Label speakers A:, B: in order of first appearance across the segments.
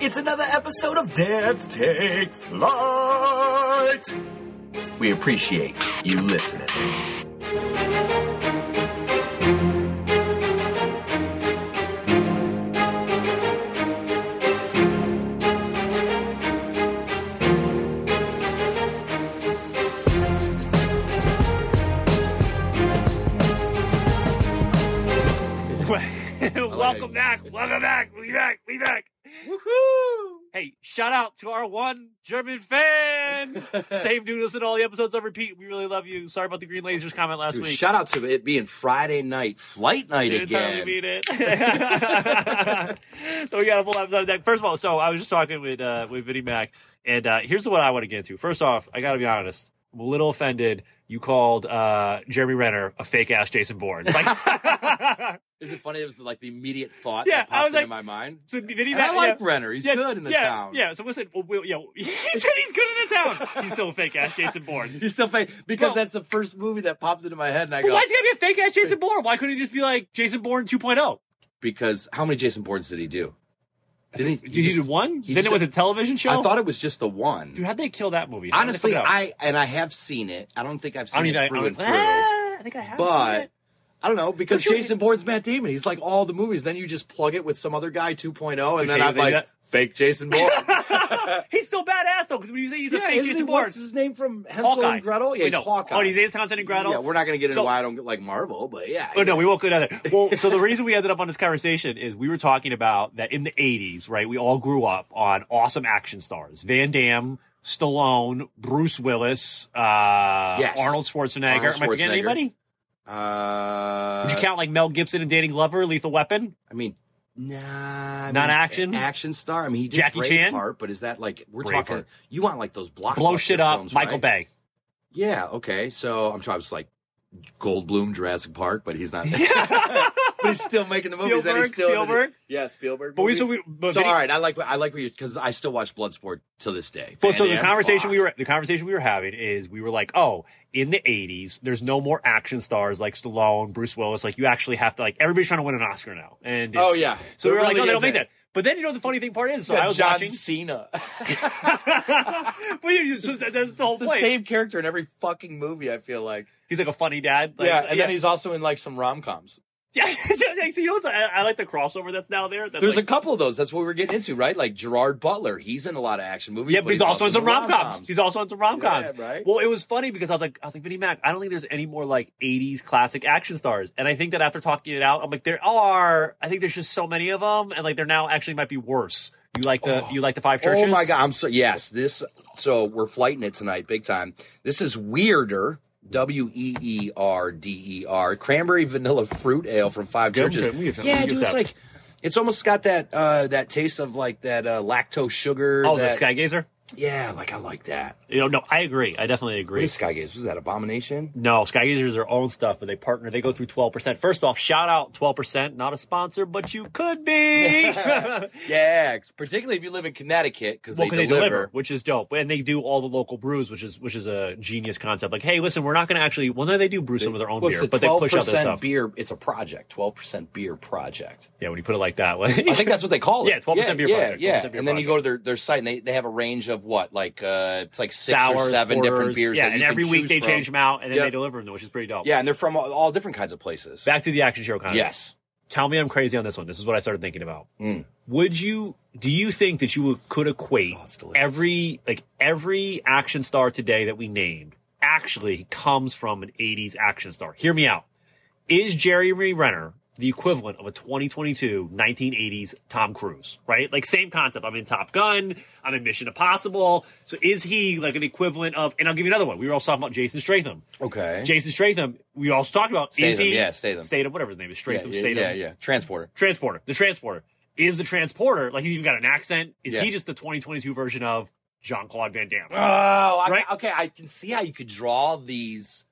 A: It's another episode of Dads Take Flight. We appreciate you listening.
B: Welcome back. Welcome back. We back. We back.
C: Woohoo!
B: Hey, shout out to our one German fan. Same dude listen to all the episodes on repeat. We really love you. Sorry about the green lasers comment last
C: Dude,
B: week.
C: shout out to it being Friday night, flight night
B: Didn't
C: again.
B: totally beat it. so we got a full episode of that. First of all, so I was just talking with uh with Vinnie Mac, and uh here's what I want to get into. First off, I gotta be honest. I'm a little offended. You called uh Jeremy Renner a fake ass Jason Bourne. Like,
C: Is it funny? It was like the immediate thought
B: Yeah,
C: that
B: I
C: popped
B: was
C: into
B: like-
C: my mind.
B: so
C: And
B: Vinnie Mac,
C: I
B: yeah.
C: like Brenner. He's good in the
B: yeah,
C: town.
B: Yeah, so listen, well, we, you know, he said he's good in the town. He's still a fake ass Jason Bourne.
C: He's still fake because
B: Well-
C: that's the first movie that popped into my head, and I
B: But
C: go
B: why's he gotta be a fake ass Jason Bourne? Why couldn't he just be like Jason Bourne oh? 2.0?
C: because how many Jason Bournes did he do? Didn't he?
B: Did he
C: just-
B: do one?
C: he
B: Then it
C: just-
B: was a television show?
C: I thought it was just the one.
B: Dude, how'd they kill that movie? How'd they
C: Honestly,
B: fuck it up?
C: I and I have seen it. I don't think I've seen
B: I mean,
C: it
B: I,
C: through
B: I,
C: and through.
B: ah, I think I have seen
C: but
B: it.
C: I don't know because
B: you-
C: Jason Bourne's Matt Damon. He's like all the movies. Then you just plug it with some other guy 2.0, and
B: Does
C: then
B: he
C: I'm
B: think
C: like
B: that-
C: fake Jason Bourne.
B: he's still badass though, because when you say he's a
C: yeah,
B: fake
C: isn't he-
B: Jason Bourne,
C: what's his name from Hansel
B: Hawkeye.
C: and Gretel? Yeah, he's
B: Wait, no.
C: Hawkeye.
B: Oh, he's in Hansel and Gretel.
C: Yeah, we're not going to get into
B: So-
C: why I don't like Marvel, but yeah.
B: Oh no, we won't go down there. Well, so the reason we ended up on this conversation is we were talking about that in the '80s, right? We all grew up on awesome action stars: Van Damme, Stallone, Bruce Willis, uh,
C: Yes.
B: Arnold Schwarzenegger.
C: Arnold
B: Am I forgetting
C: Schwarzenegger.
B: anybody?
C: Uh,
B: Would you count like Mel Gibson and Danny Glover, Lethal Weapon?
C: I mean, nah. I
B: Not
C: mean,
B: action?
C: Action star. I mean, he did
B: Jackie Chan?
C: Braveheart, but is that like we're
B: Braveheart.
C: talking? You want like those blockbuster
B: Blow shit up,
C: films,
B: Michael
C: right?
B: Bay.
C: Yeah. Okay. So I'm sure I was like Goldblum, Jurassic Park, but he's not. but he's still making the movies. and he's
B: Spielberg,
C: still
B: Spielberg?
C: Yeah, Spielberg.
B: But we
C: movies.
B: so we but
C: so
B: Vinny-
C: all right, I like I like what you because I still watch Bloodsport to this day.
B: Well, so
C: Van
B: the
C: Damme,
B: conversation
C: fuck.
B: we were the conversation we were having is we were like, oh, in the '80s, there's no more action stars like Stallone, Bruce Willis. Like you actually have to like everybody's trying to win an Oscar now. And it's-
C: Oh, yeah.
B: so we
C: There
B: were like,
C: really
B: oh, they don't make
C: isn't.
B: that. But then you know the funny thing part is, so
C: Yeah,
B: I was
C: John
B: watching.
C: Cena.
B: but you, so that, that's the whole
C: the
B: point.
C: same character in every fucking movie. I feel like.
B: He's like a funny dad. Like,
C: yeah, and then he's also in like some rom coms.
B: yeah. yeah. so you know what's I, I like the crossover that's now there. That's
C: There's
B: like,
C: a couple of those. That's what we're getting into, right? Like Gerard Butler. He's in a lot of action movies.
B: yeah, but he's, also in some rom coms. He's also in some rom coms.
C: Yeah, right.
B: Well, it was funny because I was like, I was like, Vinnie Mac, I don't think there's any more like '80s classic action stars, and I think that after talking it out, I'm like, there are. I think there's just so many of them, and like they're now actually might be worse. You like the you like the five churches?
C: Oh my god! I'm so yes. This so we're flighting it tonight, big time. This is weirder. W e e r d e r cranberry vanilla fruit ale from Five
B: Good.
C: Churches.
B: We can- we
C: Yeah,
B: can
C: dude,
B: use
C: it's
B: that.
C: like it's almost got that uh that taste of like that uh lactose sugar.
B: Oh, the
C: that-
B: Skygazer.
C: Yeah, like I like that.
B: You know, no, I agree. I definitely
C: What
B: agree.
C: is Skygaze? Was that abomination?
B: No, Skygazers are their own stuff, but they partner. They go through twelve percent. First off, shout out twelve percent. Not a sponsor, but you could be. well,
C: Yeah, particularly if you live in Connecticut because
B: 'cause they deliver, which is dope, and they do all the local brews, which is which is a genius concept. Like, hey, listen, we're not going to actually. Well, no, they do brew some of their own
C: Well,
B: beer,
C: it's a
B: but they push out their
C: 12%
B: stuff.
C: beer. It's a project. Twelve percent beer project.
B: Yeah, when you put it like that, like,
C: I think that's what they call it.
B: Yeah, 12% beer
C: yeah,
B: project,
C: Yeah,
B: 12% beer
C: and then you go to their, their site and they, they have a range of what like uh it's like six
B: sours,
C: or seven different
B: porters.
C: beers.
B: Yeah,
C: that you
B: and
C: can
B: every week
C: choose
B: they
C: from.
B: change them out, and then
C: Yep.
B: they deliver them, which is pretty dope.
C: Yeah, and they're from all, all different kinds of places.
B: Back to the action show concept.
C: yes,
B: Tell me I'm crazy on this one. This is what I started thinking about.
C: Mm.
B: Would you do you think that you would- could equate
C: Oh, it's delicious.
B: every like every action star today that we named actually comes from an 80s action star? Hear me out. Is Jeremy Renner the equivalent of a 2022 1980s Tom Cruise, right? Like same concept. I'm in Top Gun, I'm in Mission Impossible. So is he like an equivalent of and I'll give you another one. We were also talking about Jason Stratham.
C: okay.
B: Jason Stratham, we also talked about is
C: Statham,
B: he
C: yeah, Statham.
B: Statham, whatever his name is,
C: yeah,
B: Stratham,
C: yeah,
B: Statham
C: yeah, yeah. Transporter.
B: transporter the transporter is the transporter like he's even got an accent is
C: Yeah.
B: he just the 2022 version of jean-claude van damme
C: Oh, I,
B: Right?
C: okay. I can see how you could draw these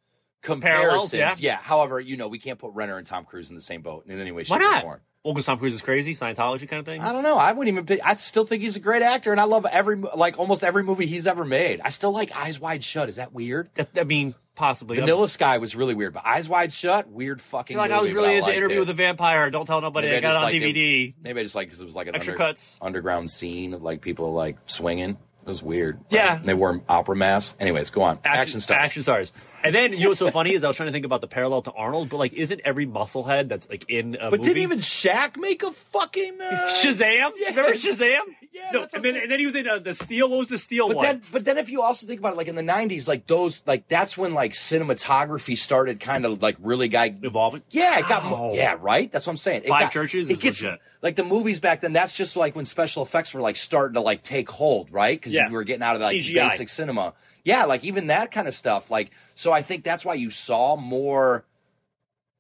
B: Parallels,
C: comparisons. yeah. However, you know we can't put Renner and Tom Cruise in the same boat in any way, shape,
B: why
C: or
B: not
C: form.
B: well because tom cruise is crazy scientology kind of thing
C: I don't know. I wouldn't even. Pick, I still think he's a great actor, and I love every mo- like almost every movie he's ever made. I still like Eyes Wide Shut. Is that weird?
B: that, i mean possibly. I'm-
C: Vanilla Sky was really weird, but Eyes Wide Shut, weird fucking.
B: I feel like I was
C: movie, but
B: really into
C: liked
B: interview
C: it.
B: with a vampire. Don't tell nobody.
C: Maybe
B: I got it
C: just
B: on
C: liked it.
B: DVD.
C: Maybe I just like because it was like an
B: Extra
C: under-
B: cuts.
C: underground scene of like people like swinging. It was weird.
B: Yeah.
C: And they wore opera masks. Anyways, go on. Action, stuff.
B: Action stars. And then you know what's so funny is I was trying to think about the parallel to Arnold, but like, isn't every musclehead that's like in a
C: But
B: movie?
C: didn't even Shaq make a fucking uh,
B: Shazam?
C: yes.
B: Remember Shazam?
C: Yeah,
B: No,
C: that's what I'm
B: and then
C: saying.
B: and then he was in uh, the Steel. What was the Steel
C: But
B: one?
C: then, but then, if you also think about it, like in the '90s, like those, like that's when like cinematography started kind of like really got.
B: Evolving.
C: Yeah, it got. mo-
B: Wow.
C: Yeah, right. That's what I'm saying. It
B: Five
C: got-
B: Churches
C: It
B: is
C: gets
B: legit.
C: like the movies back then. That's just like when special effects were like starting to like take hold, right? Because
B: Yeah.
C: we were getting out of like
B: CGI.
C: basic cinema. Yeah, like even that kind of stuff. Like, so I think that's why you saw more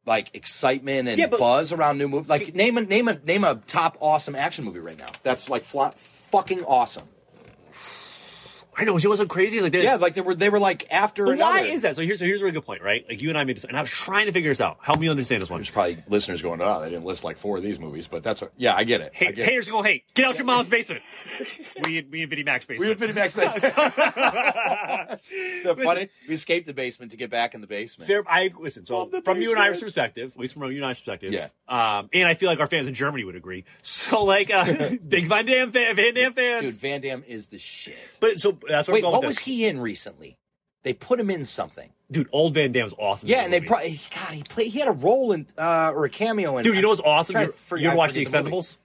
C: like excitement and
B: Yeah, but-
C: buzz around new movies. Like, name a name a name a top awesome action movie right now. That's like fla- fucking awesome.
B: I know she wasn't crazy. Like, they-
C: Yeah, like they were they were like after.
B: But why
C: another.
B: is that? So here's so here's a really good point, right? Like you and I made this, and I was trying to figure this out. Help me understand this one.
C: There's probably listeners going, oh, they didn't list like four of these movies, but that's yeah, I get it. I
B: Hate,
C: get
B: haters gonna hate. Get out your mom's basement. we and- we and Vinnie Mac's
C: it. We
B: basement.
C: would fit back. the funny, we escaped the basement to get back in the basement.
B: Fair, I listen. So
C: From the
B: from you and I's
C: basement.
B: perspective, at least from you and I's perspective,
C: Yeah.
B: Um, and I feel like our fans in Germany would agree. So like, uh, big Van Dam fan, Van Dam
C: Dude,
B: fans.
C: Van Damme is the shit.
B: but so that's what
C: Wait,
B: I'm going
C: what
B: with
C: was
B: this.
C: he in recently? They put him in something.
B: Dude, old Van Dam's awesome.
C: Yeah,
B: in
C: and they
B: movies.
C: probably God, he played. He had a role in uh, or a cameo in.
B: Dude, you know what's awesome?
C: trying
B: You,
C: to
B: you
C: forget-
B: ever
C: I
B: watch The
C: forget the movie.
B: Expendables?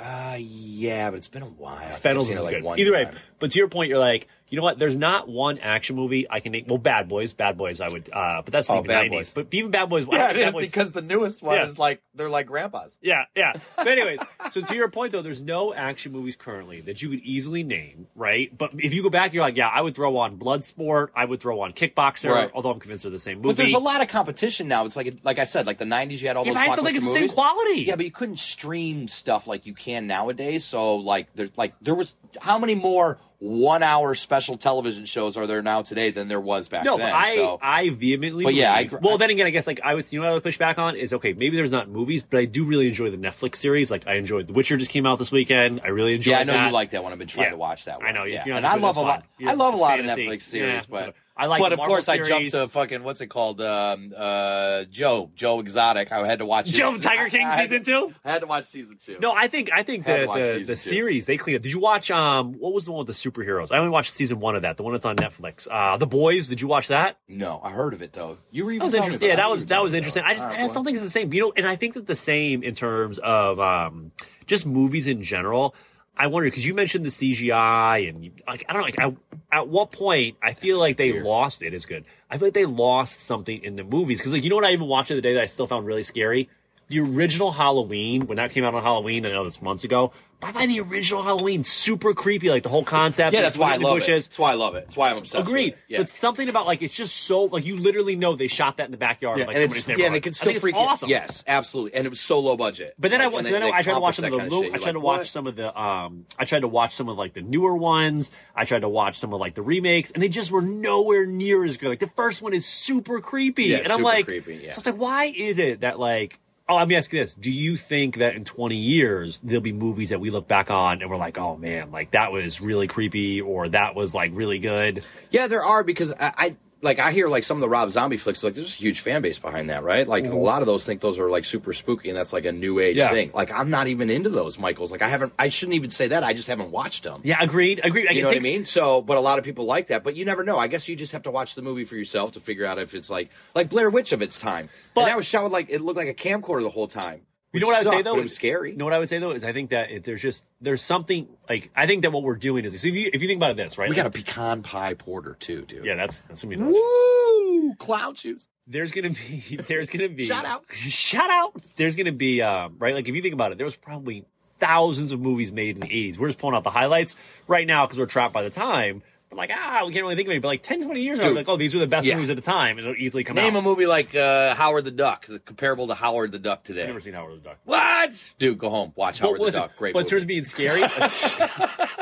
C: Uh, yeah, but it's been a while.
B: Expendables
C: I've seen
B: is
C: it,
B: good.
C: one
B: Either way,
C: time.
B: but to your point, you're like, you know what? There's not one action movie I can name. Well, Bad Boys, Bad Boys, I would, uh, but that's
C: Oh,
B: even
C: Bad
B: 90s.
C: Boys.
B: But even Bad Boys, I
C: Yeah,
B: don't
C: it
B: think Bad
C: is
B: Boys-
C: because the newest one
B: Yeah.
C: is like they're like grandpas.
B: Yeah, yeah. But anyways, so to your point though, there's no action movies currently that you could easily name, right? But if you go back, you're like, yeah, I would throw on Bloodsport, I would throw on Kickboxer,
C: Right.
B: although I'm convinced they're the same movie.
C: But there's a lot of competition now. It's like like I said, like the '90s, you had all
B: Yeah,
C: those
B: but I still think
C: blockbuster
B: it's the same
C: movies.
B: quality.
C: Yeah, but you couldn't stream stuff like you can nowadays. So like there's like there was how many more one hour special television shows are there now today than there was back
B: no,
C: then?
B: but I
C: so
B: I vehemently.
C: But yeah, I
B: believe-
C: gr-
B: well, then again, I guess like I would. You know, what I would push back on is okay. Maybe there's not movies, but I do really enjoy the Netflix series. Like I enjoyed The Witcher just came out this weekend. I really enjoyed.
C: yeah, I know
B: that.
C: you like that one. I've been trying
B: Yeah.
C: to watch that one.
B: I know.
C: yeah.
B: If you're not
C: and I
B: into it,
C: love a
B: that's
C: lot.
B: fine. You're-
C: I love a
B: it's
C: lot
B: fantasy.
C: of Netflix series,
B: Yeah,
C: but.
B: I like.
C: but of
B: Marvel
C: course, I jumped
B: series.
C: to fucking what's it called? Um, uh, Joe Joe Exotic. I had to watch his-
B: Joe Tiger King
C: I had to-
B: season two.
C: I had to watch season two.
B: No, I think I think
C: Had
B: the
C: to watch
B: the,
C: season
B: the
C: two.
B: series they cleaned up. Did you watch um what was the one with the superheroes? I only watched season one of that, the one that's on Netflix. Uh The Boys. Did you watch that?
C: no, I heard of it though. You were even
B: That was
C: telling me about
B: interesting. Yeah,
C: it.
B: that
C: You
B: was
C: were
B: that
C: telling
B: was
C: me about
B: interesting.
C: it.
B: I just
C: All right,
B: I just
C: well.
B: don't think it's the same. You know, and I think that the same in terms of um just movies in general. I wonder because you mentioned the CGI and you- like I don't know, like I, at what point I feel like they
C: weird.
B: lost it is good. I feel like they lost something in the movies because like you know what I even watched the other day that I still found really scary. The original Halloween when that came out on Halloween, I know that's months ago. But I find the original Halloween super creepy, like the whole concept.
C: Yeah,
B: like,
C: that's why I
B: in the
C: love
B: bushes.
C: it. That's why I love it. That's why I'm obsessed.
B: Agreed.
C: With it. Yeah.
B: But something about like it's just so like you literally know they shot that in the backyard
C: yeah,
B: of like
C: and
B: somebody's
C: it's, yeah,
B: neighborhood.
C: and it can
B: I think
C: still
B: it's
C: freak you-
B: awesome.
C: Yes, absolutely. And it was so low budget.
B: But then I
C: Like,
B: was
C: and
B: so then
C: they-
B: I
C: they
B: tried to watch some of the
C: accomplished that
B: lo-
C: kinda shit.
B: I
C: You're
B: tried
C: like,
B: to watch
C: what?
B: some of the um I tried to watch some of like the newer ones. I tried to watch some of like the remakes, and they just were nowhere near as good. Like the first one is super creepy,
C: Yeah,
B: and I'm
C: super
B: like,
C: creepy, yeah.
B: so it's like, why is it that like? Oh, let me ask you this: Do you think that in 20 years there'll be movies that we look back on and we're like, "Oh man, like that was really creepy," or "That was like really good"?
C: Yeah, there are because I, I like I hear like some of the Rob Zombie flicks. Like there's a huge fan base behind that, right? Like a lot of those think those are like super spooky, and that's like a new age
B: Yeah.
C: thing. Like I'm not even into those Michaels. Like I haven't. I shouldn't even say that. I just haven't watched them.
B: Yeah, agreed, agreed. Like,
C: You
B: it
C: know what I
B: takes-
C: mean? So, but a lot of people like that. But you never know. I guess you just have to watch the movie for yourself to figure out if it's like like Blair Witch of its time.
B: But-
C: But that was shot with like it looked like a camcorder the whole time.
B: You
C: which
B: know what I would say
C: sucked,
B: though?
C: but it was scary.
B: You know what I would say though is I think that if there's just there's something like I think that what we're doing is so if you if you think about it this right
C: we got a
B: Like,
C: pecan pie porter too, dude.
B: yeah that's that's gonna be delicious.
C: Woo! Cloud shoes.
B: There's gonna be there's gonna be
C: Shout out.
B: shout out there's gonna be um, right like if you think about it there was probably thousands of movies made in the 80s we're just pulling out the highlights right now because we're trapped by the time but like ah we can't really think of any but like 10 20 years ago
C: Dude.
B: like oh these were the best
C: Yeah.
B: movies at the time and it'll easily come
C: Name
B: out.
C: a movie like uh, Howard the Duck, comparable to Howard the Duck
B: I've
C: today.
B: never seen Howard the Duck.
C: What? Dude, go home. Watch Howard
B: But listen,
C: the Duck. Great
B: but in
C: movie.
B: terms of being scary, in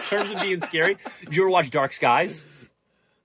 B: terms of being scary, did you ever watch Dark Skies?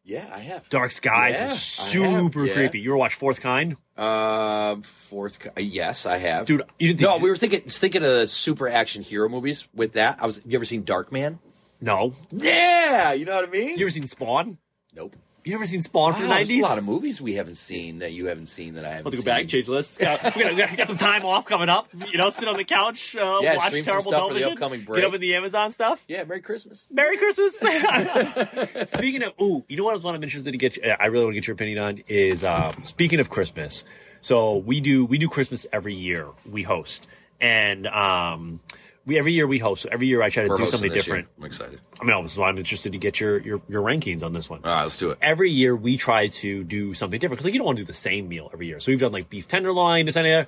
C: yeah, I have.
B: Dark Skies
C: Yeah, I have,
B: is super
C: yeah.
B: creepy. You ever watch Fourth Kind?
C: Um, fourth. co- Yes, I have.
B: Dude, you didn't
C: No,
B: think-
C: we were thinking thinking of super action hero movies. With that, I was. You ever seen Dark Man?
B: No.
C: Yeah, you know what I mean.
B: You ever seen Spawn?
C: nope.
B: You ever seen Spawn from the
C: Wow, there's a
B: nineties?
C: lot of movies we haven't seen that you haven't seen that I haven't
B: Let's go
C: seen.
B: back, change lists. Got, we, got, we got some time off coming up. You know, sit on the couch, uh,
C: Yeah,
B: watch
C: stream some
B: terrible
C: stuff for the
B: television,
C: upcoming
B: get
C: break.
B: up in the Amazon stuff.
C: Yeah, Merry Christmas.
B: Merry Christmas. speaking of, ooh, you know what? One I'm interested to get. You, I really want to get your opinion on is um, speaking of Christmas. So we do we do Christmas every year. We host, and um, we every year we host. So every year I try to
C: We're
B: do
C: hosting
B: something
C: this year.
B: different.
C: I'm excited.
B: I mean, so I'm interested to get your your, your rankings on this one
C: All right, let's do it.
B: every year we try to do something different because like you don't want to do the same meal every year. So we've done like beef tenderloin, this and that.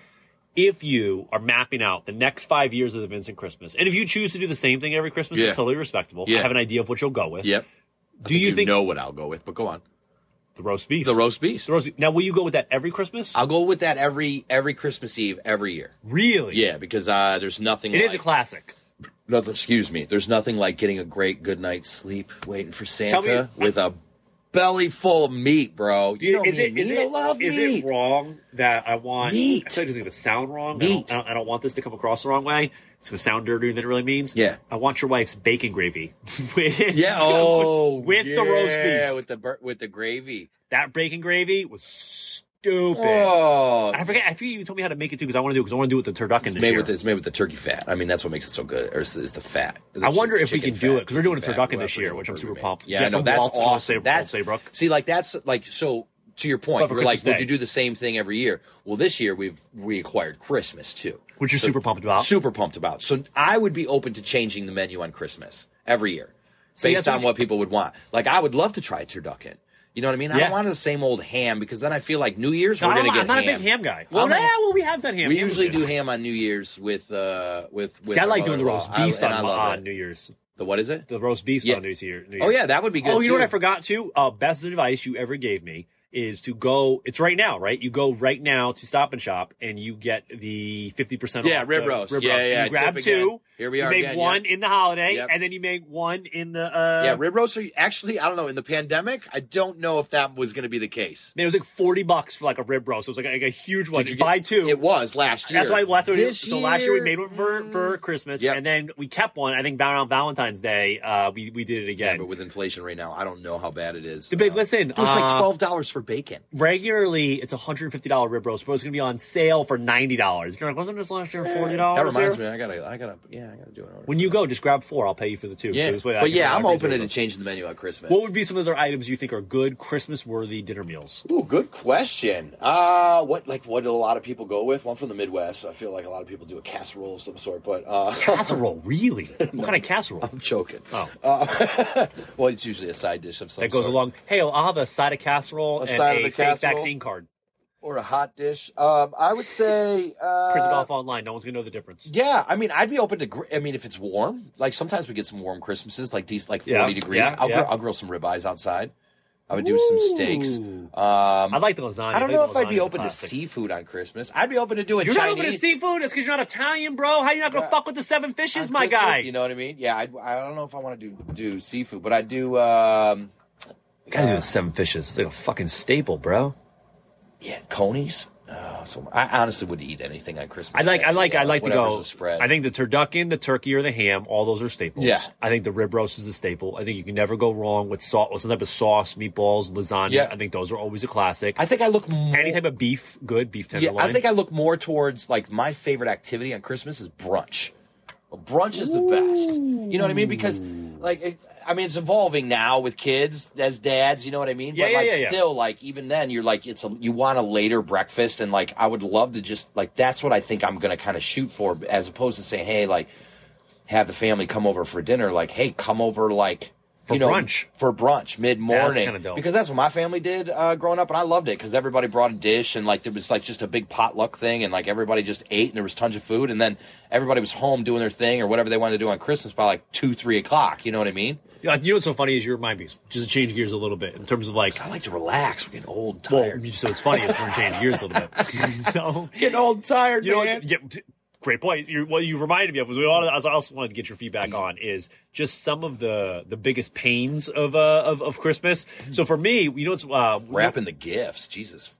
B: If you are mapping out the next five years of the Vincent Christmas, and if you choose to do the same thing every Christmas,
C: Yeah.
B: it's totally respectable. I
C: Yeah.
B: have an idea of what you'll go with.
C: Yep.
B: Do you think
C: know what I'll go with? But go on.
B: the roast beef?
C: The roast beef.
B: The roast beef. Now, will you go with that every Christmas?
C: I'll go with that every every Christmas Eve every year.
B: really?
C: Yeah, because uh, there's nothing.
B: It is
C: like,
B: a classic.
C: nothing- Excuse me. There's nothing like getting a great good night's sleep, waiting for Santa
B: me-
C: with a belly full of meat, bro. You know
B: is
C: me,
B: it, is
C: meat, I
B: it,
C: love
B: is
C: meat.
B: it wrong that I want
C: Meat.
B: I feel like it's going to sound wrong. I,
C: Meat.
B: don't, I, don't, I don't want this to come across the wrong way. It's going to sound dirtier than it really means.
C: Yeah.
B: I want your wife's bacon gravy.
C: Yeah. Oh,
B: with the roast
C: yeah,
B: beef.
C: with the bur- with the gravy.
B: That bacon gravy was stupid.
C: Oh,
B: I forget. I think you told me how to make it too because I want to do because I want to do it with the turducken
C: It's
B: this
C: made
B: year.
C: with it's made with the turkey fat. I mean, that's what makes it so good. Or is, is the fat? the
B: I wonder
C: chi-
B: if we
C: chicken
B: can do
C: fat,
B: it, 'cause we're doing
C: turkey
B: a
C: fat,
B: turducken this
C: whatever
B: year,
C: we-
B: which I'm
C: whatever
B: super
C: we make.
B: pumped.
C: Yeah,
B: Get
C: I know
B: from
C: that's
B: Walt's to
C: awesome.
B: Allsay-
C: that's
B: Allsaybrook.
C: see, like that's like so. To your point,
B: But for
C: we're like,
B: Christmas
C: would you
B: Day.
C: do the same thing every year? Well, this year we've we acquired Christmas too,
B: which you're super pumped about.
C: super pumped about. So I would be open to changing the menu on Christmas every year,
B: See,
C: based
B: that's
C: on
B: what-
C: what people would want. Like I would love to try turducken. You know what I mean? I
B: Yeah.
C: don't want the same old ham because then I feel like New Year's
B: No,
C: we're
B: I
C: gonna
B: don't-
C: get.
B: I'm not a big ham guy. Well,
C: I'm a-
B: yeah, well, we have that ham.
C: we
B: Ham was
C: usually
B: good.
C: do ham on New Year's with uh with. with
B: See, I
C: my
B: like doing the roast
C: mother-in-law.
B: beef
C: I- and I
B: on,
C: love
B: on
C: it.
B: New Year's.
C: The what is it?
B: The roast beef
C: Yeah.
B: on New Year's. New
C: Oh
B: Year's.
C: yeah, that would be good.
B: Oh, you know what
C: too.
B: I forgot to? Uh, best advice you ever gave me is to go. It's right now, right? You go right now to Stop and Shop, and you get the fifty percent.
C: Yeah,
B: off
C: rib
B: the
C: roast.
B: Rib
C: Yeah,
B: roast.
C: yeah,
B: You grab
C: tip again.
B: two.
C: Here we
B: you
C: are
B: make
C: again,
B: one in the holiday,
C: Yep.
B: and then you make one in the. Uh,
C: Yeah, rib roast. Are actually, I don't know. In the pandemic, I don't know if that was going to be the case.
B: Man, it was like forty bucks for like a rib roast. It was like a, like a huge one.
C: Did
B: You
C: get-
B: buy two.
C: It was last year.
B: That's why last year,
C: This
B: so last year we made
C: year,
B: one for, for
C: mm,
B: Christmas,
C: Yep.
B: and then we kept one. I think around Valentine's Day, uh, we we did it
C: Yeah,
B: again.
C: but with inflation right now, I don't know how bad it is.
B: The big-
C: Uh,
B: listen,
C: It was like
B: uh,
C: twelve dollars for bacon.
B: regularly it's a hundred fifty dollar rib roast, but it's gonna be on sale for ninety dollars. You're like, wasn't this last year forty dollars?
C: Eh, That reminds me. I gotta. I gotta. Yeah, I gotta do it.
B: When you go, just grab four. I'll pay you for the two.
C: yeah,
B: So this way I
C: but
B: can-
C: yeah,
B: I
C: I'm
B: can-
C: open to changing the menu on Christmas.
B: What would be some other items you think are good Christmas worthy dinner meals?
C: Ooh, good question. Uh what like what do a lot of people go with? One from the Midwest. So I feel like a lot of people do a casserole of some sort, but uh
B: Casserole, really? What kind of casserole?
C: I'm joking.
B: Oh.
C: Uh, well, it's usually a side dish of some
B: That goes
C: sort.
B: along. Hey, I'll have a side of casserole
C: A
B: and
C: side
B: a
C: of the
B: fake
C: casserole.
B: vaccine card.
C: or a hot dish. Um I would say uh
B: Print it off online. No one's gonna know the difference.
C: yeah, I mean, I'd be open to. Gr- I mean, if it's warm, like sometimes we get some warm Christmases, like these, like
B: Yeah,
C: forty degrees.
B: yeah,
C: I'll,
B: yeah.
C: Grill, I'll grill some ribeyes outside. I would do some steaks.
B: Ooh.
C: Um,
B: I like the lasagna.
C: I don't
B: but
C: know
B: the
C: if I'd
B: lasagna's
C: be
B: a
C: open to
B: classic.
C: seafood on Christmas. I'd be open to doing
B: You're
C: Chinese.
B: not open to seafood. It's because you're not Italian, bro. How you not gonna
C: Yeah.
B: fuck with the seven fishes,
C: on
B: my
C: Christmas,
B: guy?
C: You know what I mean? Yeah, I, I don't know if I want to do do seafood, but I do. Um,
B: Gotta do the seven fishes. It's like a fucking staple, bro.
C: yeah, conies. Uh, so I honestly would eat anything on Christmas.
B: I like, I
C: Day,
B: like,
C: yeah,
B: I like to
C: whatever's
B: go.
C: a spread.
B: I think the turducken, the turkey, or the ham, all those are staples.
C: Yeah.
B: I think the rib roast is a staple. I think you can never go wrong with salt, with some type of sauce, meatballs, lasagna.
C: Yeah.
B: I think those are always a classic.
C: I think I look more.
B: Any type of beef, good beef
C: yeah,
B: tenderloin.
C: I think I look more towards like my favorite activity on Christmas is brunch. Well, brunch is the best. You know what I mean? Because like. It, I mean, it's evolving now with kids as dads. You know what I mean.
B: Yeah,
C: but
B: yeah,
C: like,
B: yeah, yeah.
C: still, like even then, you're like, it's a you want a later breakfast, and like I would love to just like that's what I think I'm gonna kind of shoot for, as opposed to saying, hey, like have the family come over for dinner. Like, hey, come over like
B: For
C: you know,
B: brunch.
C: for brunch mid
B: That's
C: morning
B: kinda dope.
C: because that's what my family did uh, growing up, and I loved it because everybody brought a dish and like there was like just a big potluck thing, and like everybody just ate and there was tons of food, and then everybody was home doing their thing or whatever they wanted to do on Christmas by like two, three o'clock. You know what I mean?
B: Yeah, you know what's so funny is you remind me. Just to change gears a little bit in terms of like.
C: I like to relax. We're getting old,
B: Well,
C: tired.
B: so it's funny. It's going to change gears a little bit. so
C: getting old, tired,
B: you know, what- yeah, p- great point. you what you reminded me of was we all, I also wanted to get your feedback on is just some of the the biggest pains of uh, of, of Christmas. So for me, you know, it's uh,
C: Wrapping the gifts. Jesus,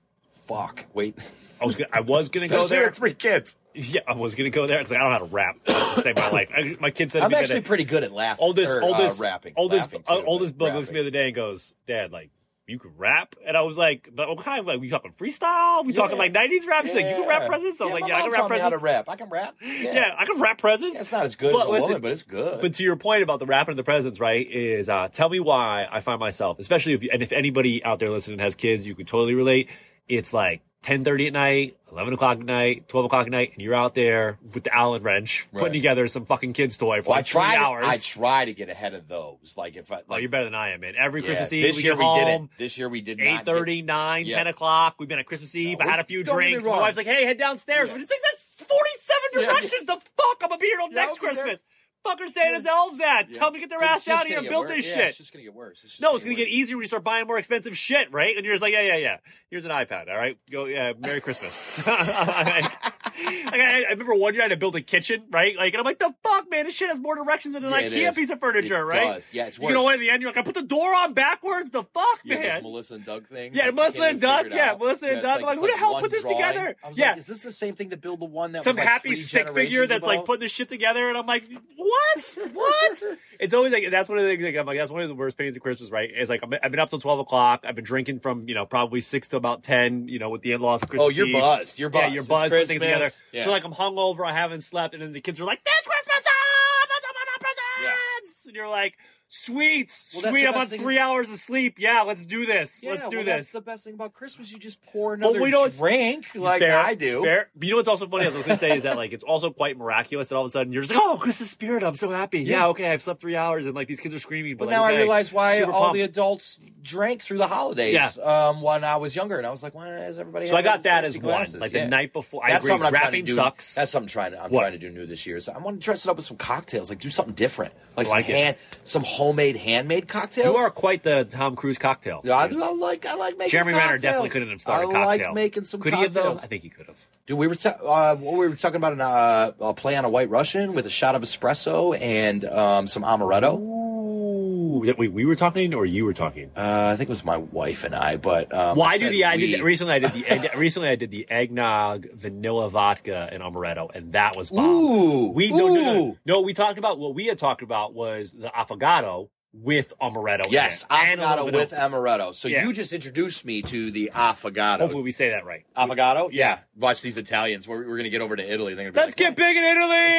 C: fuck. Wait,
B: I was gonna, I was gonna go
C: Especially
B: there.
C: with three kids.
B: Yeah, I was gonna go there. It's like I don't know how to rap. to Save my life. I, my kid said to
C: I'm
B: me
C: actually
B: that
C: pretty good at laughing.
B: oldest
C: or,
B: oldest
C: uh, rapping.
B: oldest
C: laughing
B: uh,
C: too,
B: oldest
C: but
B: bug looks at me the
C: rapping.
B: other day and goes, "Dad, like you could rap, and I was like, but what kind of like we talking freestyle? We talking
C: Yeah.
B: like '90s rap? She's like, you can rap presents. I was
C: Yeah,
B: like,
C: my
B: yeah, I
C: mom
B: can rap
C: taught me how to rap.
B: presents.
C: I can rap. Yeah.
B: Yeah. I can rap presents.
C: Yeah, It's not as good
B: But
C: as a
B: listen-
C: woman, but it's good.
B: But to your point about the rapping of the presents, right? Is uh, tell me why I find myself, especially if you, and if anybody out there listening has kids, you could totally relate. It's like ten thirty at night, eleven o'clock at night, twelve o'clock at night, and you're out there with the Allen wrench putting
C: Right.
B: together some fucking kids toy for
C: Well, I
B: like
C: try.
B: three
C: To,
B: hours.
C: I try to get ahead of those. Like if I, like,
B: oh, you're better than I am, man. Every
C: yeah,
B: Christmas Eve,
C: This
B: we
C: year
B: get home.
C: we did it. This year we did. not
B: Eight
C: get-
B: thirty, nine,
C: Yeah.
B: ten o'clock. We've been at Christmas Eve.
C: No,
B: I had a
C: we-
B: few
C: don't get me
B: drinks. My
C: wrong.
B: wife's like, "Hey, head downstairs."
C: Yeah.
B: But it's like that's forty-seven
C: Yeah, yeah.
B: directions to fuck. I'm gonna be here till
C: Yeah, I'll
B: next
C: be there.
B: Christmas. Fuckers Santa's elves at.
C: Yeah.
B: Tell them to get their
C: But it's
B: ass
C: just
B: out
C: gonna
B: here and
C: get
B: build
C: worse.
B: this
C: Yeah,
B: shit.
C: It's just gonna get worse. just
B: no, it's gonna get
C: worse.
B: easier when you start buying more expensive shit, right? And you're just like, yeah, yeah, yeah. Here's an iPad, all right? Go, yeah. Merry Christmas. like, I, I remember one year I had to build a kitchen, right? Like, and I'm like, the fuck, man, this shit has more directions than an
C: Yeah, it
B: IKEA
C: is.
B: piece of
C: It
B: furniture, right?
C: does. Yeah, it's
B: You
C: worse.
B: know what? At the end, you're like, I put the door on backwards. The fuck,
C: Yeah, those
B: man.
C: Melissa and Doug thing.
B: Yeah,
C: like, you
B: Melissa
C: can't
B: and
C: even
B: Doug,
C: figure it
B: yeah,
C: out.
B: Melissa and
C: it's
B: Doug, I'm like,
C: it's
B: who the hell
C: one
B: put this
C: drawing.
B: together?
C: I was
B: Yeah.
C: like, is this the same thing to build the one that
B: some
C: was like
B: happy
C: three
B: stick figure
C: generations
B: that's like
C: above?
B: putting the shit together, and I'm like, what? What? it's always like that's one of the things. Like, I'm like that's one of the worst pains of Christmas, right? Is like I'm, I've been up till twelve o'clock. I've been drinking from you know probably six to about ten. You know with the in laws.
C: Oh, you're buzzed. You're buzzed.
B: Yeah, you're
C: It's
B: buzzed. Putting things together.
C: Christmas. Yeah.
B: So like I'm hungover. I haven't slept, and then the kids are like, "This Christmas, ah, that's about our presents," and you're like. Sweet,
C: Well, that's
B: sweet.
C: the
B: I'm on
C: best thing-
B: three hours of sleep. Yeah, let's do this.
C: Yeah,
B: let's do
C: well,
B: this.
C: That's the best thing about Christmas. You just pour
B: But
C: another
B: we don't-
C: drink like
B: Fair,
C: I do.
B: Fair. But you know what's also funny? I was going to say is that like it's also quite miraculous that all of a sudden you're just like, oh, Christmas spirit. I'm so happy. Yeah,
C: Yeah.
B: okay. I've slept three hours and like these kids are screaming.
C: But
B: But, like,
C: now
B: okay,
C: I realize why
B: super
C: all
B: pumped.
C: the adults drank through the holidays
B: Yeah.
C: um, when I was younger, and I was like, "Why is everybody?"
B: So I
C: having
B: got
C: these
B: that
C: fancy
B: as one.
C: glasses?
B: Like
C: Yeah.
B: the night before,
C: That's
B: I agree.
C: something I'm trying to
B: Rapping
C: do.
B: sucks.
C: That's something I'm trying to I'm
B: What?
C: trying to do new this year. So I want to dress it up with some cocktails, like do something different, like,
B: like it.
C: some hand, some homemade handmade cocktails.
B: you are quite the Tom Cruise cocktail.
C: Yeah, I, I like I like making.
B: Jeremy
C: cocktails.
B: Renner definitely couldn't have started a
C: I
B: cocktail.
C: like making some
B: Could
C: cocktails.
B: he have though? I think he could have.
C: Dude, we were ta- uh, what we were talking about in uh, a play on a White Russian with a shot of espresso and um, some amaretto.
B: Ooh, yeah, wait, we were talking or you were talking?
C: Uh, I think it was my wife and I, but um,
B: Well,
C: I
B: I do
C: said
B: the I
C: we-
B: did the, recently. I did the I did- recently. I did the eggnog, vanilla vodka, and amaretto, and that was bomb.
C: Ooh,
B: We no, no, no, no.
C: ooh.
B: No, we talked about what we had talked about was the affogato with amaretto. in
C: Yes,
B: it, and a little
C: affogato
B: bit
C: with
B: of-
C: amaretto. So
B: Yeah.
C: you just introduced me to the affogato.
B: Hopefully, we say that right.
C: Affogato? Yeah. Watch these Italians. We're, we're going to get over to Italy. They're gonna
B: Let's
C: be
B: get
C: like,
B: big in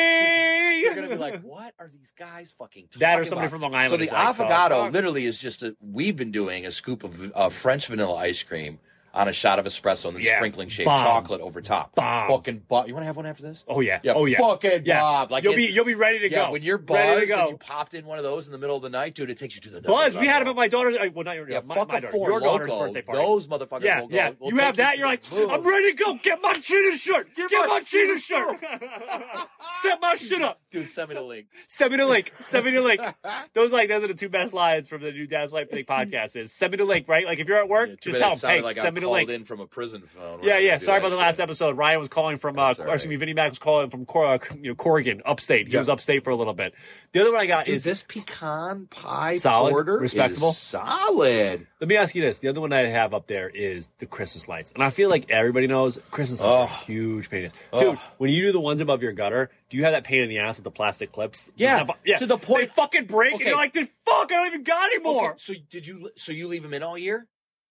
C: They're going to
B: Italy.
C: be like, what are these guys fucking talking
B: That or somebody
C: about?
B: from Long Island
C: So the
B: is like, "Oh,
C: affogato
B: "Fuck."
C: literally is just a, we've been doing a scoop of uh, French vanilla ice cream on a shot of espresso and then
B: Yeah.
C: sprinkling shaved
B: Bomb.
C: chocolate over top.
B: Bomb.
C: Fucking bomb. You want to have one after this?
B: Oh yeah.
C: Yeah,
B: Oh yeah.
C: fucking
B: Yeah.
C: bomb. Like
B: you'll
C: it-
B: be you'll be ready to
C: yeah,
B: go
C: when you're
B: Ready to
C: buzzed
B: go.
C: and you popped in one of those in the middle of the night, dude, it takes you to the
B: Buzz,
C: nose.
B: we had him at my daughter's. Well, not your
C: yeah,
B: my,
C: fuck
B: my
C: a
B: daughter,
C: four
B: your daughter's
C: Loco.
B: birthday party.
C: Those motherfuckers
B: yeah,
C: will go.
B: yeah.
C: will
B: you
C: take
B: have that.
C: to
B: You're
C: the
B: like,
C: moon.
B: I'm ready to go. Get my cheetah shirt. Get,
A: my
B: my
A: cheetah
B: cheetah shirt. Set my shit up.
C: Dude, send me the link.
B: Send me the link. Send me the link. Those like those are the two best lines from the new Dad's Life Big podcast. Is send me the link, right? Like if you're at work,
C: Yeah, too bad
B: just tell
C: it
B: them,
C: sounded
B: hey,
C: like
B: send
C: I
B: me the
C: called
B: link.
C: in from a prison phone. We're
B: Yeah,
C: not
B: yeah.
C: gonna do
B: Sorry
C: that
B: about the last
C: shit.
B: episode. Ryan was calling from, uh,
C: That's all
B: or excuse me,
C: right.
B: Vinny Mac was calling from Cor- uh, you know Corrigan, upstate. He
C: Yeah.
B: was upstate for a little bit. The other one I got
C: Dude,
B: is
C: this pecan pie
B: Solid,
C: order
B: respectable.
C: is solid.
B: Let me ask you this: the other one I have up there is the Christmas lights, and I feel like everybody knows Christmas lights are a
C: Ugh.
B: huge pain. in the ass. Dude,
C: Ugh.
B: when you do the ones above your gutter, do you have that pain in the ass with the plastic clips?
C: Yeah,
B: Does that bo-
C: to the point-
B: they fucking break, and
C: Okay.
B: you're like, "Dude, fuck, I don't even got any more."
C: Okay, so did you? So you leave them in all year?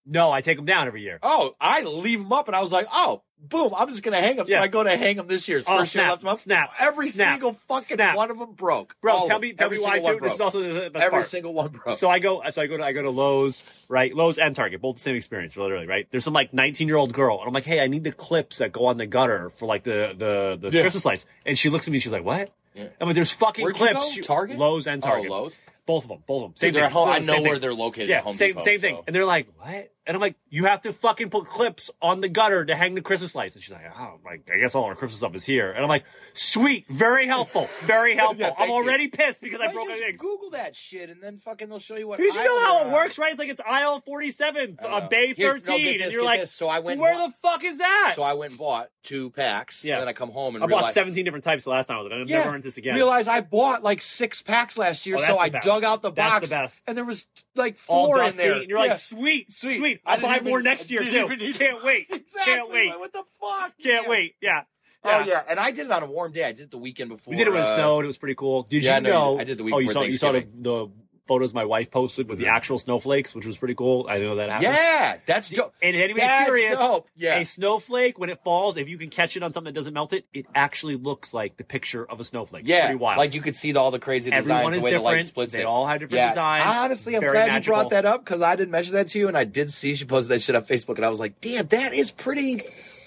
B: No, I take them down every year.
C: Oh, I leave them up, and I was like, oh, boom, I'm just gonna hang them.
B: Yeah.
C: So I go to hang them this year. It's
B: Oh,
C: First year I
B: snap,
C: left them up.
B: snap,
C: Every
B: snap,
C: single fucking
B: snap.
C: one of them broke.
B: Bro,
C: All of
B: tell
C: them.
B: me, tell
C: Every
B: me why
C: single
B: too.
C: one
B: This is
C: broke.
B: also the best
C: every
B: part.
C: single one broke.
B: So I go, so I go to, I go to Lowe's, right? Lowe's and Target, both the same experience, literally, right? There's some like 19 year old girl, and I'm like, hey, I need the clips that go on the gutter for like the the the
C: Yeah.
B: Christmas lights, and she looks at me, she's like, what?
C: Yeah.
B: I'm like, there's fucking
C: Where'd you
B: clips.
C: go?
B: She-
C: Target?
B: Lowe's and
C: Oh,
B: Target,
C: Lowe's?
B: both of them, both of them. Same
C: Dude, they're
B: thing.
C: at home. I
B: Same
C: know
B: thing.
C: where they're located.
B: Yeah,
C: at Home
B: same
C: Depot,
B: same thing.
C: so-
B: And they're like, what? And I'm like, you have to fucking put clips on the gutter to hang the Christmas lights. And she's like, oh, like I guess all our Christmas stuff is here. And I'm like, sweet, very helpful, very helpful.
C: Yeah,
B: I'm
C: thank you.
B: already pissed because I
C: Why
B: broke my
C: just
B: things.
C: Google that shit, and then fucking they'll show you what.
B: Because you
C: aisle
B: know how
C: they're
B: it
C: on.
B: works, right? It's like it's aisle 47,
C: I don't
B: uh,
C: know.
B: bay
C: Here, no, get
B: 13,
C: this,
B: and you're
C: get
B: like,
C: this. so I went. and
B: where
C: bought-
B: the fuck is that?
C: So I went and bought two packs.
B: Yeah.
C: And then I come home and
B: I bought
C: realized,
B: 17 different types the last time. I was like, I'm never earned this again.
C: Realize I bought like six packs last year,
B: Oh, that's
C: so
B: the
C: I
B: best.
C: dug out the
B: That's
C: box.
B: the best.
C: And there was like
B: All
C: four
B: dusty,
C: in there.
B: and you're
C: Yeah.
B: like, sweet, sweet,
C: Sweet. I
B: I'll
C: didn't
B: buy
C: even-
B: more
C: I
B: next year
C: didn't
B: too.
C: even need-
B: Can't wait.
C: Exactly.
B: Can't wait.
C: Like, what the fuck?
B: Can't
C: Yeah.
B: wait. Yeah.
C: Oh yeah, and I did it on a warm day. I did it the weekend before.
B: We did it when it
C: uh,
B: snowed. It was pretty cool. Did
C: yeah, I
B: you
C: know you
B: know?
C: did. I did the week
B: Oh, you
C: before Mm-hmm.
B: saw you saw the, the photos my wife posted with the actual snowflakes, which was pretty cool. I didn't know that happened.
C: Yeah, that's dope.
B: And if anybody's
C: That's
B: curious,
C: dope. Yeah.
B: a snowflake when it falls, if you can catch it on something that doesn't melt it, it actually looks like the picture of a snowflake. It's
C: Yeah,
B: pretty wild.
C: like you could see all the crazy designs,
B: Everyone
C: the
B: is
C: way the light
B: different.
C: splits.
B: They
C: it.
B: all have different designs.
C: Honestly, I'm
B: Very
C: glad
B: magical.
C: you brought that up because I didn't mention that to you, and I did see she posted that shit on Facebook, and I was like, damn, that is pretty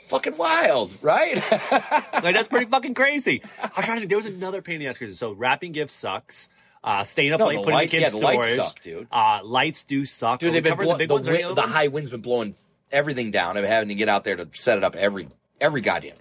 C: fucking wild, right?
B: like that's pretty fucking crazy. I was trying to think. There was another pain in the ass crazy. So wrapping gifts sucks. Uh, staying up
C: No,
B: late,
C: the
B: putting
C: light-
B: the
C: yeah,
B: kids
C: the
B: to
C: lights
B: storage.
C: suck, dude.
B: Uh, lights do suck.
C: Dude,
B: Are
C: they've
B: we
C: been
B: covering
C: blow-
B: the big
C: the,
B: ones or
C: wi-
B: any other
C: the
B: ones?
C: high wind's been blowing everything down. I'm having to get out there to set it up every every goddamn.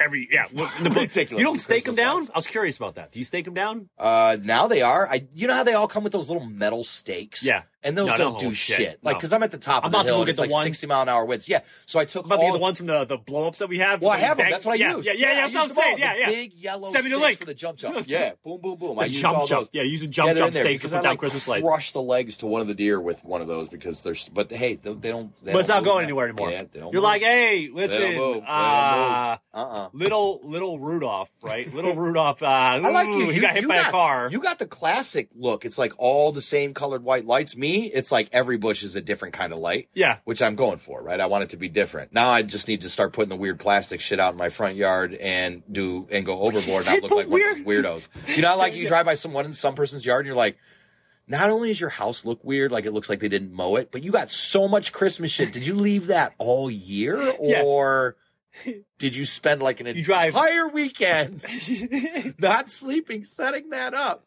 B: every yeah w- the,
C: Ridiculous.
B: You don't stake them
C: Christmas
B: down?
C: lights.
B: I was curious about that. Do you stake them down?
C: Uh, now they are. I you know how they all come with those little metal stakes.
B: Yeah.
C: and those
B: No,
C: don't
B: no,
C: do
B: holy shit.
C: shit. Like
B: No.
C: because I'm at the top
B: I'm
C: of the
B: about to
C: hill,
B: go
C: and
B: get
C: it's
B: the
C: like
B: ones-
C: 60 mile an hour winds. Yeah, so I took
B: I'm about to
C: all
B: get the ones from the the blow ups that we have.
C: Well, I
B: Like,
C: have them.
B: bang-
C: That's what I
B: yeah,
C: use.
B: Yeah, yeah, yeah.
C: I
B: That's what
C: use
B: I'm
C: them all.
B: saying. Yeah,
C: The
B: yeah.
C: Big yellow
B: Send me the
C: sticks
B: link.
C: for the jump jump.
B: Yes.
C: Yeah, boom, boom, boom. I
B: The
C: use
B: jump
C: all
B: jump.
C: those.
B: Yeah, using
C: Yeah,
B: jump
C: they're in
B: jump
C: there
B: stakes to
C: because
B: put
C: I,
B: down
C: like,
B: Christmas lights.
C: Crush the legs to one of the deer with one of those because there's. But hey, they, they don't. They
B: but it's
C: don't
B: not
C: move
B: going
C: now.
B: anywhere anymore.
C: Yeah, they don't
B: You're like, hey,
C: move. They
B: listen,
C: don't
B: uh,
C: uh uh
B: little little Rudolph, right? Little Rudolph. Uh, I
C: I like you.
B: He got hit by a car.
C: You got the classic look. It's like all the same colored white lights. Me, it's like every bush is a different kind of light.
B: yeah,
C: Which I'm going for, right? I want it to be different. Now I just need to start putting the weird plastic shit out in my front yard and do and go overboard and
B: said,
C: not look
B: but
C: like one of those weirdos. You know, how, like you drive by someone in some person's yard and you're like, not only does your house look weird, like it looks like they didn't mow it, but you got so much Christmas shit. Did you leave that all year,
B: Yeah.
C: or did you spend like an
B: You drive-
C: entire weekend not sleeping, setting that up.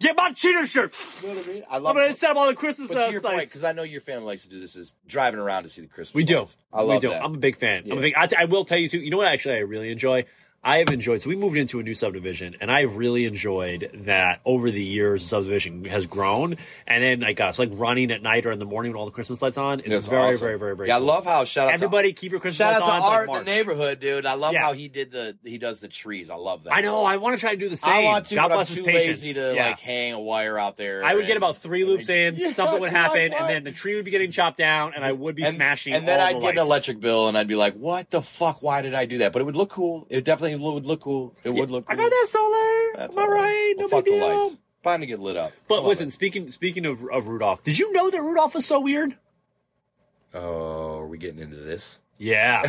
B: get my cheater shirt.
C: You know what I mean? I
B: I'm
C: love
B: gonna
C: it.
B: set up all the Christmas
C: But to
B: uh,
C: your point,
B: sites.
C: because I know your family likes to do this, is driving around to see the Christmas.
B: We do.
C: lights. I love
B: we do.
C: that.
B: I'm a big fan. I'm a
C: Yeah.
B: big, I, I will tell you too. You know what? Actually, I really enjoy. I have enjoyed. So we moved into a new subdivision, and I really enjoyed that over the years. The subdivision has grown, and then like uh, it's like running at night or in the morning with all the Christmas lights on. It's
C: That's
B: very,
C: awesome.
B: very, very, very.
C: Yeah,
B: cool.
C: I love how shout out
B: Everybody, keep your
C: To,
B: Christmas
C: shout out
B: lights
C: to
B: on. till
C: Art in
B: March.
C: the neighborhood, dude. I love
B: Yeah.
C: how he did the he does the trees. I love that.
B: I know. I want to try to do the same.
C: I want to,
B: God
C: but
B: bless
C: I'm
B: his
C: too
B: patience.
C: lazy to
B: yeah.
C: like hang a wire out there.
B: I would
C: and-
B: get about three loops in,
C: Yeah,
B: something would
C: you're like,
B: happen, and
C: what?
B: then the tree would be getting chopped down, and I would be smashing.
C: And then
B: all
C: I'd
B: the
C: get an
B: lights.
C: electric bill, and I'd be like, "What the fuck? Why did I do that?" But it would look cool. It definitely lo- would look cool. It would look.
B: I
C: cool.
B: got that solar.
C: That's
B: Am I
C: all
B: right?
C: Well,
B: No
C: fuck
B: big
C: the
B: deal.
C: lights. Fine to get lit up. I
B: But
C: love
B: listen,
C: it.
B: speaking speaking of, of Rudolph, did you know that Rudolph was so weird?
C: oh, are we getting into this?
B: Yeah,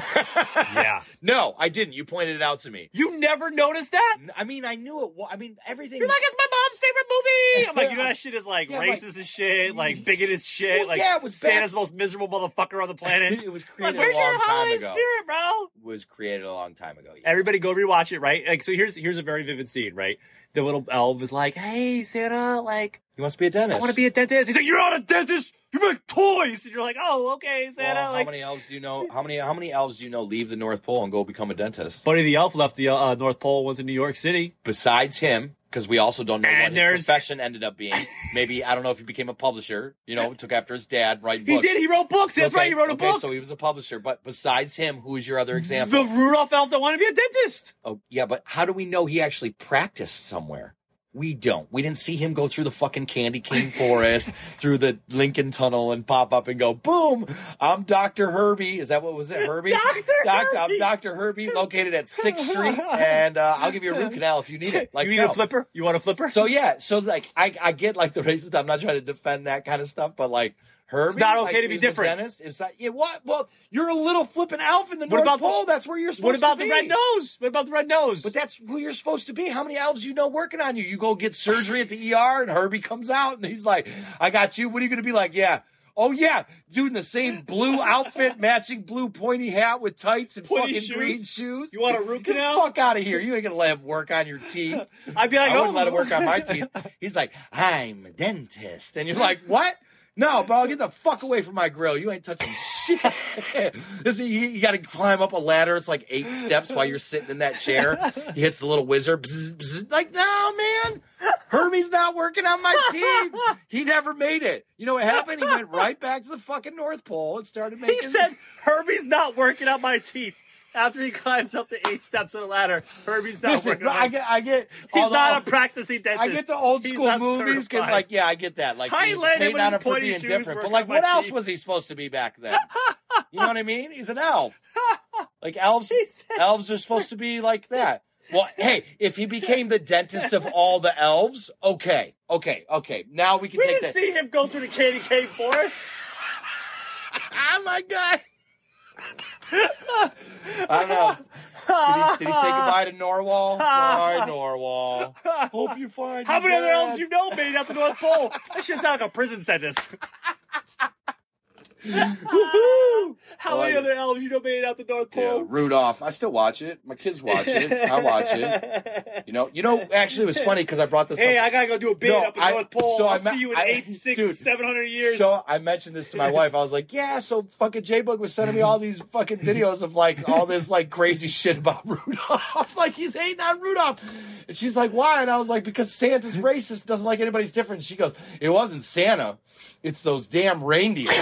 B: yeah.
C: No, I didn't. You pointed it out to me.
B: You never noticed that?
C: N- I mean, I knew it. wa- I mean, everything.
B: You're like, it's my mom's favorite movie. I'm like, you know that shit is like
C: Yeah, I'm like-
B: racist as shit, like bigot as shit,
C: Well,
B: like
C: yeah, it was back-
B: Santa's most miserable motherfucker on the planet.
C: it was
B: like,
C: created
B: where's
C: a long
B: your
C: time
B: holiday
C: ago.
B: spirit, bro?
C: Was created a long time ago. yeah.
B: Everybody go rewatch it, right? Like, so here's here's a very vivid scene, right? The little elf is like, "Hey, Santa, like,
C: He wants to be a dentist.
B: I want to be a dentist." He's like, "You're not a dentist. You make toys." And you're like, "Oh, okay,
C: Well,
B: Santa." like,
C: how many elves do you know? How many how many elves do you know leave the North Pole and go become a dentist?
B: Buddy the Elf left the uh, North Pole, went to New York City.
C: Besides him, because we also don't know what
B: And there's-
C: his profession ended up being. Maybe I don't know if he became a publisher. You know, took after his dad, writing
B: He
C: books.
B: did. He wrote books. That's
C: Okay,
B: right. He wrote a
C: okay,
B: book.
C: So he was a publisher. But besides him, who is your other
B: the
C: example?
B: Rudolph elf that wanted to be a dentist.
C: Oh, yeah, but how do we know he actually practiced somewhere? We don't. We didn't see him go through the fucking Candy Cane forest, through the Lincoln Tunnel, and pop up and go, boom, I'm Dr. Herbie. Is that what was it, Herbie?
B: Dr.
C: Doc-
B: Herbie.
C: I'm Dr. Herbie, located at 6th Street, and uh, I'll give you a root canal if you need it. Like,
B: you need
C: no.
B: a flipper? You want a flipper?
C: So, yeah, so like, I, I get like the racist. I'm not trying to defend that kind of stuff, but like, Herbie,
B: not
C: like,
B: okay to be
C: he was a
B: different.
C: Dentist, it's not, yeah, what? Well, you're a little flippin' elf in the North
B: about the-
C: Pole. That's where you're
B: what
C: supposed
B: about
C: to
B: the
C: be.
B: red nose? What about the red nose?
C: But that's who you're supposed to be. How many elves you know working on you? You go get surgery at the ER, and Herbie comes out, and he's like, "I got you." What are you going to be like? Yeah. Oh yeah, dude, in the same blue outfit, matching blue pointy hat with tights and
B: Pointy
C: fucking
B: shoes?
C: green shoes.
B: you want a root
C: Get the
B: canal?
C: fuck out of here! You ain't gonna let him work on your teeth.
B: I'd be like,
C: I
B: oh.
C: wouldn't let him work on my teeth. He's like, "I'm a dentist," and you're like, "What?" No, bro, get the fuck away from my grill. You ain't touching shit. This- you, you got to climb up a ladder. It's like eight steps while you're sitting in that chair. He hits the little wizard. Bzz, bzz. Like, no, man. Hermie's not working on my teeth. He never made it. You know what happened? He went right back to the fucking North Pole and started making.
B: He said Herbie's not working on my teeth. After he climbs up the eight steps of the ladder, Herbie's not
C: Listen,
B: working on
C: I
B: my teeth.
C: get, I get.
B: He's
C: all the-
B: not a practicing dentist.
C: I get the old
B: He's
C: school
B: not
C: movies. Can
B: certified.
C: like, yeah, I get that. Like,
B: Hi,
C: he's
B: Lennon,
C: hating
B: with
C: on
B: his
C: him for
B: pointy
C: being
B: shoes
C: different. But
B: working
C: like,
B: my
C: what else
B: teeth.
C: was he supposed to be back then? you know what I mean? He's an elf. Like elves,
B: He said-
C: elves are supposed to be like that. Well, hey, if he became the dentist of all the elves, okay, okay, okay. Now we can
D: We
C: take
D: didn't
C: that.
D: see him go through the candy cane forest.
C: oh my god! I don't know. Did he, did he say goodbye to Norwal? Bye, Norwal. Hope you find.
D: How
C: your
D: many other
C: dad.
D: elves you know made it out the North Pole? That shit sounds like a prison sentence. Woohoo! How
C: I
D: many
C: like
D: other elves you know made it out the North
C: Yeah,
D: Pole?
C: Rudolph. I still watch it. My kids watch it. I watch it. You know. You know. Actually, it was funny because I brought this.
D: Hey,
C: up.
D: I gotta go do a bid
C: No,
D: up in
C: I-
D: North Pole.
C: so
D: I'll
C: I'm not-
D: see you in
C: I-
D: eight, six,
C: dude.
D: seven hundred years.
C: So I mentioned this to my wife. I was like, "Yeah, so fucking J Bug was sending me all these fucking videos of like all this like crazy shit about Rudolph. like he's hating on Rudolph." And she's like, "Why?" And I was like, "Because Santa's racist, doesn't like anybody's different." She goes, "It wasn't Santa, it's those damn reindeer."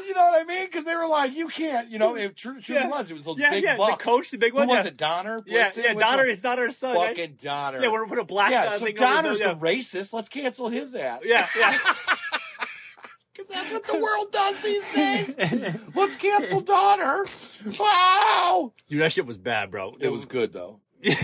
C: You know what I mean? Because they were like, "You can't," you know. It true, true
D: Yeah.
C: was. It was those
D: yeah,
C: big
D: yeah,
C: bucks.
D: the coach, the big
C: Who
D: one.
C: was
D: yeah.
C: it? Donner.
D: Yeah,
C: Blitzen?
D: yeah,
C: Which one?
D: Donner is Donner his son. right?
C: Fucking Donner.
D: Yeah, we're gonna put a black
C: Yeah,
D: guy
C: so
D: thing on his
C: Donner's
D: nose,
C: the racist. Let's cancel his ass.
D: yeah. yeah,
C: Because that's what the world does these days. Let's cancel Donner. Wow.
B: Dude, that shit was bad, bro.
C: It was good, though. hey,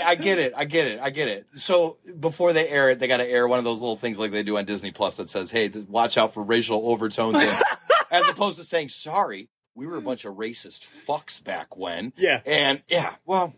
C: I get it. I get it. I get it. So before they air it, they got to air one of those little things like they do on Disney Plus that says, hey, th- watch out for racial overtones. in-" as opposed to saying, sorry, we were a bunch of racist fucks back when.
D: yeah,
C: And yeah, well,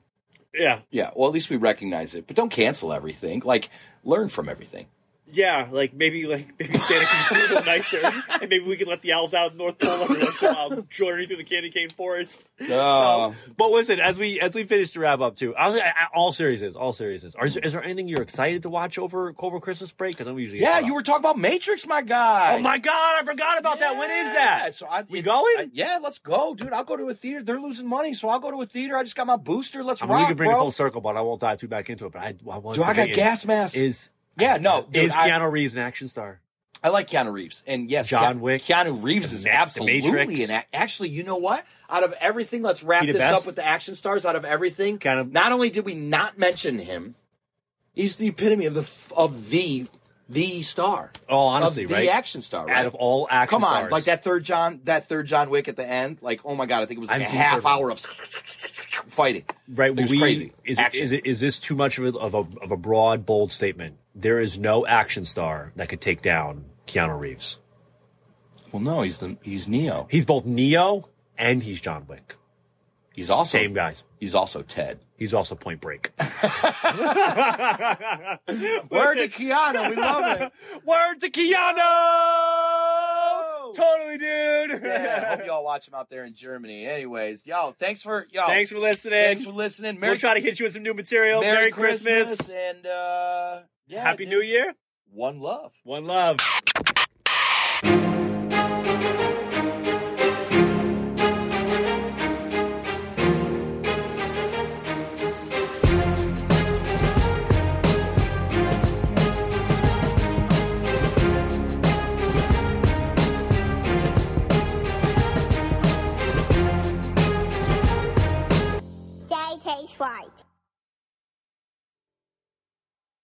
D: yeah,
C: yeah, well, at least we recognize it, but don't cancel everything. Like, learn from everything.
D: yeah. Like maybe, like maybe Santa can just be a little nicer, and maybe we can let the elves out of the North Pole every once in a while, journey through the candy cane forest.
C: Oh.
B: Um, But listen, as we as we finish the wrap up too, I was I- I- all seriousness, all seriousness. Are, is there anything you're excited to watch over over Christmas break? Because I'm usually
C: yeah, you were talking about Matrix, my guy.
B: Oh my god, I forgot about that. When is
C: Yeah,
B: that?
C: So I,
B: We
C: it's-
B: going?
C: I- yeah, let's go, dude. I'll go to a theater. They're losing money, so I'll go to a theater. I just got my booster. Let's
B: I mean,
C: rock,
B: we can bring
C: bro.
B: it full circle, but I won't dive too back into it. But I, I was
C: dude, I got
B: debating,
C: gas masks.
B: Is
C: yeah, no, dude,
B: is
C: I,
B: Keanu Reeves an action star?
C: I like Keanu Reeves, and yes,
B: John
C: Keanu,
B: Wick,
C: Keanu Reeves
B: The
C: is
B: Ma- The Matrix.
C: absolutely an. a- Actually, you know what? Out of everything, let's wrap
B: He the
C: this
B: best?
C: up with the action stars. Out of everything,
B: Kind of-
C: Not only did we not mention him, he's the epitome of the f- of the the star.
B: Oh, honestly,
C: of the
B: right?
C: action star, right?
B: Out of all action
C: Come on,
B: stars,
C: like that third John, that third John Wick at the end. Like, oh my god, I think it was
B: I
C: like a
B: haven't seen the
C: half
B: third one.
C: hour of fighting.
B: right?
C: It was
B: we,
C: crazy.
B: Is,
C: Action.
B: is it- is this too much of a, of a of a broad, bold statement? There is no action star that could take down Keanu Reeves.
C: Well, no, he's the he's Neo.
B: He's both Neo and he's John Wick.
C: He's also
B: same guys.
C: he's also Ted.
B: He's also Point Break.
C: Where did Keanu? We love it.
B: Word to Keanu! Totally, dude.
C: Oh. Yeah, I hope y'all watch him out there in Germany. Anyways, yo, thanks for yo,
D: Thanks for listening.
C: thanks for listening. Merry,
D: we'll try to hit you with some new material.
C: Merry
D: Merry, Christmas.
C: and uh, yeah,
D: Happy
C: dude.
D: New Year.
C: One love.
D: One love.
E: Daddy tastes right.